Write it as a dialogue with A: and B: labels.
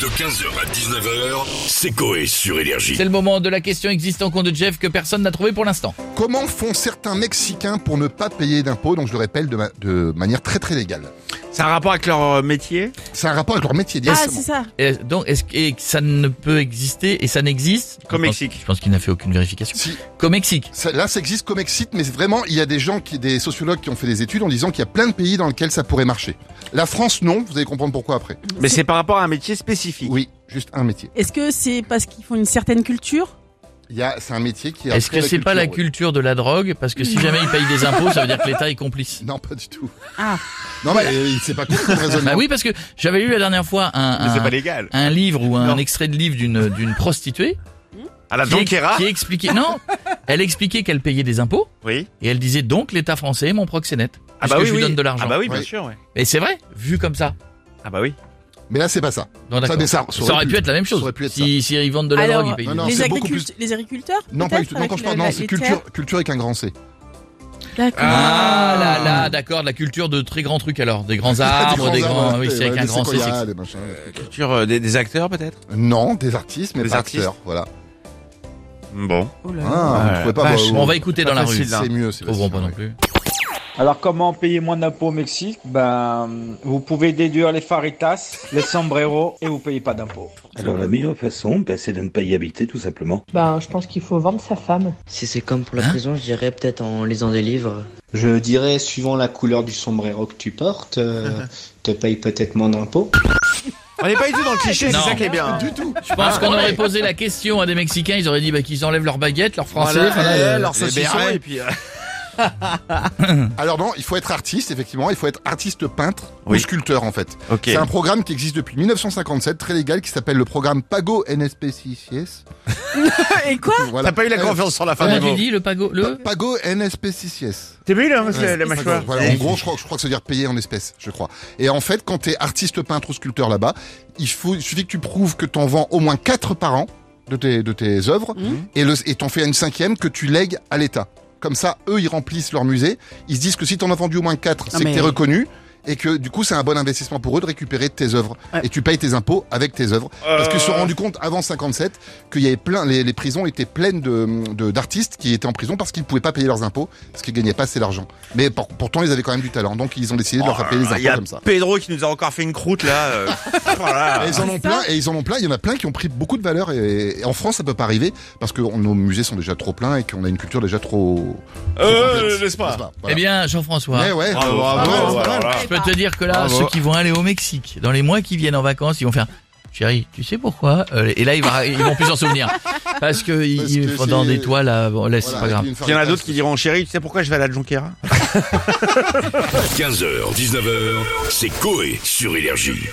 A: De 15h à 19h, c'est Coé sur Énergie.
B: C'est le moment de la question existante en compte de Jeff que personne n'a trouvé pour l'instant.
C: Comment font certains Mexicains pour ne pas payer d'impôts Donc je le rappelle de, ma- de manière très très légale.
D: C'est un rapport avec leur euh, métier
C: C'est un rapport avec leur métier
E: Ah,
C: directement.
E: c'est ça.
B: Et donc, est-ce que et que ça ne peut exister et ça n'existe
D: Comme
B: Je pense-
D: Mexique.
B: Je pense qu'il n'a fait aucune vérification.
C: Si,
B: Comme Mexique.
C: ça- là, ça existe comme excite, mais vraiment, il y a des gens, qui, des sociologues qui ont fait des études en disant qu'il y a plein de pays dans lesquels ça pourrait marcher. La France, non. Vous allez comprendre pourquoi après.
D: Mais c'est par rapport à un métier spécifique.
C: Oui, juste un métier.
E: Est-ce que c'est parce qu'ils font une certaine culture
C: Il y a, c'est un métier qui. a
B: Est-ce
C: pris
B: que c'est pas la
C: ouais.
B: culture de la drogue Parce que si jamais il paye des impôts, ça veut dire que l'État est complice.
C: Non, pas du tout.
E: Ah.
C: Non, mais euh, c'est pas con comme raisonnement.
B: Bah oui, parce que j'avais lu la dernière fois
D: Mais
B: un,
D: c'est
B: un,
D: pas légal.
B: un livre ou un
D: Non. Ah,
B: extrait de livre d'une d'une prostituée
D: À la
B: qui,
D: Jonquera
B: qui expliquait non, elle expliquait qu'elle payait des impôts
D: Oui.
B: et elle disait donc l'État français est mon proxénète parce que je lui donne de l'argent.
D: Ah bah oui, bien
C: Oui.
D: sûr, ouais.
B: Et c'est vrai, vu comme ça.
D: Ah bah oui.
C: Mais là, c'est pas ça.
B: Non, d'accord.
C: mais ça- ça
B: ça,
C: aurait
B: aurait pu
C: pu-
B: être la même
C: ça
B: chose.
C: aurait pu être
B: si, si ils vendent de la
E: Alors,
B: drogue, ils payent
C: non,
B: des
C: non,
B: impôts.
E: les,
C: c'est
E: agriculteurs,
C: beaucoup
E: les agriculteurs
C: Non, pas du
E: peut-être,
C: tout. Non,
E: avec
C: quand je
E: la-
C: parle, non,
E: la-
C: c'est
E: les
C: culture,
E: terres
C: culture avec un grand C.
E: D'accord.
B: Ah là là, d'accord, de la culture de très grands trucs alors, des grands arbres, des grands, Ah oui, c'est avec un grand C. c'est-
C: des machins, des trucs.
D: Culture euh, des, des acteurs peut-être
C: Non, des artistes, mais
D: Des
C: pas
D: artistes.
C: acteurs. Voilà.
D: Bon.
E: Oh là là.
C: Ah,
D: Ouais,
C: vous trouvez pas.
D: vache.
C: bah,
B: Bon, on va écouter dans la rue.
D: facile, là.
C: C'est mieux, c'est
B: Trouveront pas non plus.
F: Alors, comment payer moins d'impôts au Mexique Ben, vous pouvez déduire les faritas, les sombreros et vous payez pas d'impôts.
G: Alors la meilleure façon, bah, c'est de ne pas y habiter tout simplement.
H: Ben, je pense qu'il faut vendre sa femme.
I: Si c'est comme pour la
B: Hein
I: prison, je dirais peut-être en lisant des livres.
J: Je dirais, suivant la couleur du sombrero que tu portes, euh, te paye peut-être moins d'impôts.
D: On n'est pas du tout dans le cliché, c'est
B: Non.
D: ça qui est bien. Ah.
C: Du tout.
B: Je pense qu'on aurait posé la question à des Mexicains, ils auraient dit bah, qu'ils enlèvent leurs baguettes, leurs français.
D: Voilà,
B: enfin,
D: eh,
B: là, le-
D: leur
B: les
D: saucisson,
B: bérets.
D: et puis euh,
C: Alors non, il faut être artiste, effectivement. Il faut être artiste peintre ou
D: Oui.
C: sculpteur, en fait.
D: OK.
C: C'est un programme qui existe depuis 1957, très légal, qui s'appelle le programme Pago NSPCIS.
E: Et quoi
C: Voilà.
D: Ah, T'as pas eu la
C: Euh,
D: confiance sur la fin
B: Comment
D: du
B: tu
D: mot.
B: dis le pago le
C: Pago NSPCIS.
D: T'es vu là, c'est
E: Ouais.
D: la mâchoire
C: Voilà, en gros, je crois, je crois que ça veut dire payer en espèces, je crois. Et en fait, quand t'es artiste, peintre ou sculpteur là-bas, il, faut, il suffit que tu prouves que t'en vends au moins 4 par an de tes, de tes œuvres
E: Mhm.
C: et le- et t'en fais une cinquième que tu lègues à l'État. Comme ça, eux, ils remplissent leur musée. Ils se disent que si t'en as vendu au moins 4, c'est
E: Ah, mais-
C: que t'es reconnu. Et que du coup, c'est un bon investissement pour eux de récupérer tes œuvres.
E: Ouais.
C: Et tu payes tes impôts avec tes œuvres. Parce qu'ils se sont
D: Euh,
C: rendus compte avant 57 qu'il y avait plein, les, les prisons étaient pleines de, de- d'artistes qui étaient en prison parce qu'ils ne pouvaient pas payer leurs impôts, parce qu'ils gagnaient pas assez d'argent. Mais pour- pourtant, ils avaient quand même du talent, donc ils ont décidé de leur faire payer les
D: Oh, Il y
C: impôts
D: a
C: comme ça.
D: Pedro qui nous a encore fait une croûte là. euh, voilà.
C: Et ils en ont plein, et ils en ont plein. Il y en a plein qui ont pris beaucoup de valeur, et, et en France, ça peut pas arriver parce que on- nos musées sont déjà trop pleins et qu'on a une culture déjà trop. trop
D: Euh,
C: complète.
D: n'est-ce pas
C: Voilà.
B: Eh bien, Jean-François.
C: Mais ouais,
D: Bravo, bravo,
C: Ah ouais, c'est
D: voilà,
C: pas mal.
D: voilà.
B: Je peux te dire que là,
C: Bravo.
B: ceux qui vont aller au Mexique, dans les mois qui viennent en vacances, ils vont faire Chérie, tu sais pourquoi Euh, Et là, ils, vont- ils vont plus s'en souvenir. Parce que,
C: Parce
B: ils
C: que
B: font dans
C: c'est-
B: des toiles, à... bon, laisse,
C: Voilà,
B: c'est pas grave.
C: une
D: Il y en a
C: farine
D: d'autres qui diront chérie, tu sais pourquoi je vais à la Jonquera
A: 15h, 19h, c'est Coé sur Énergie.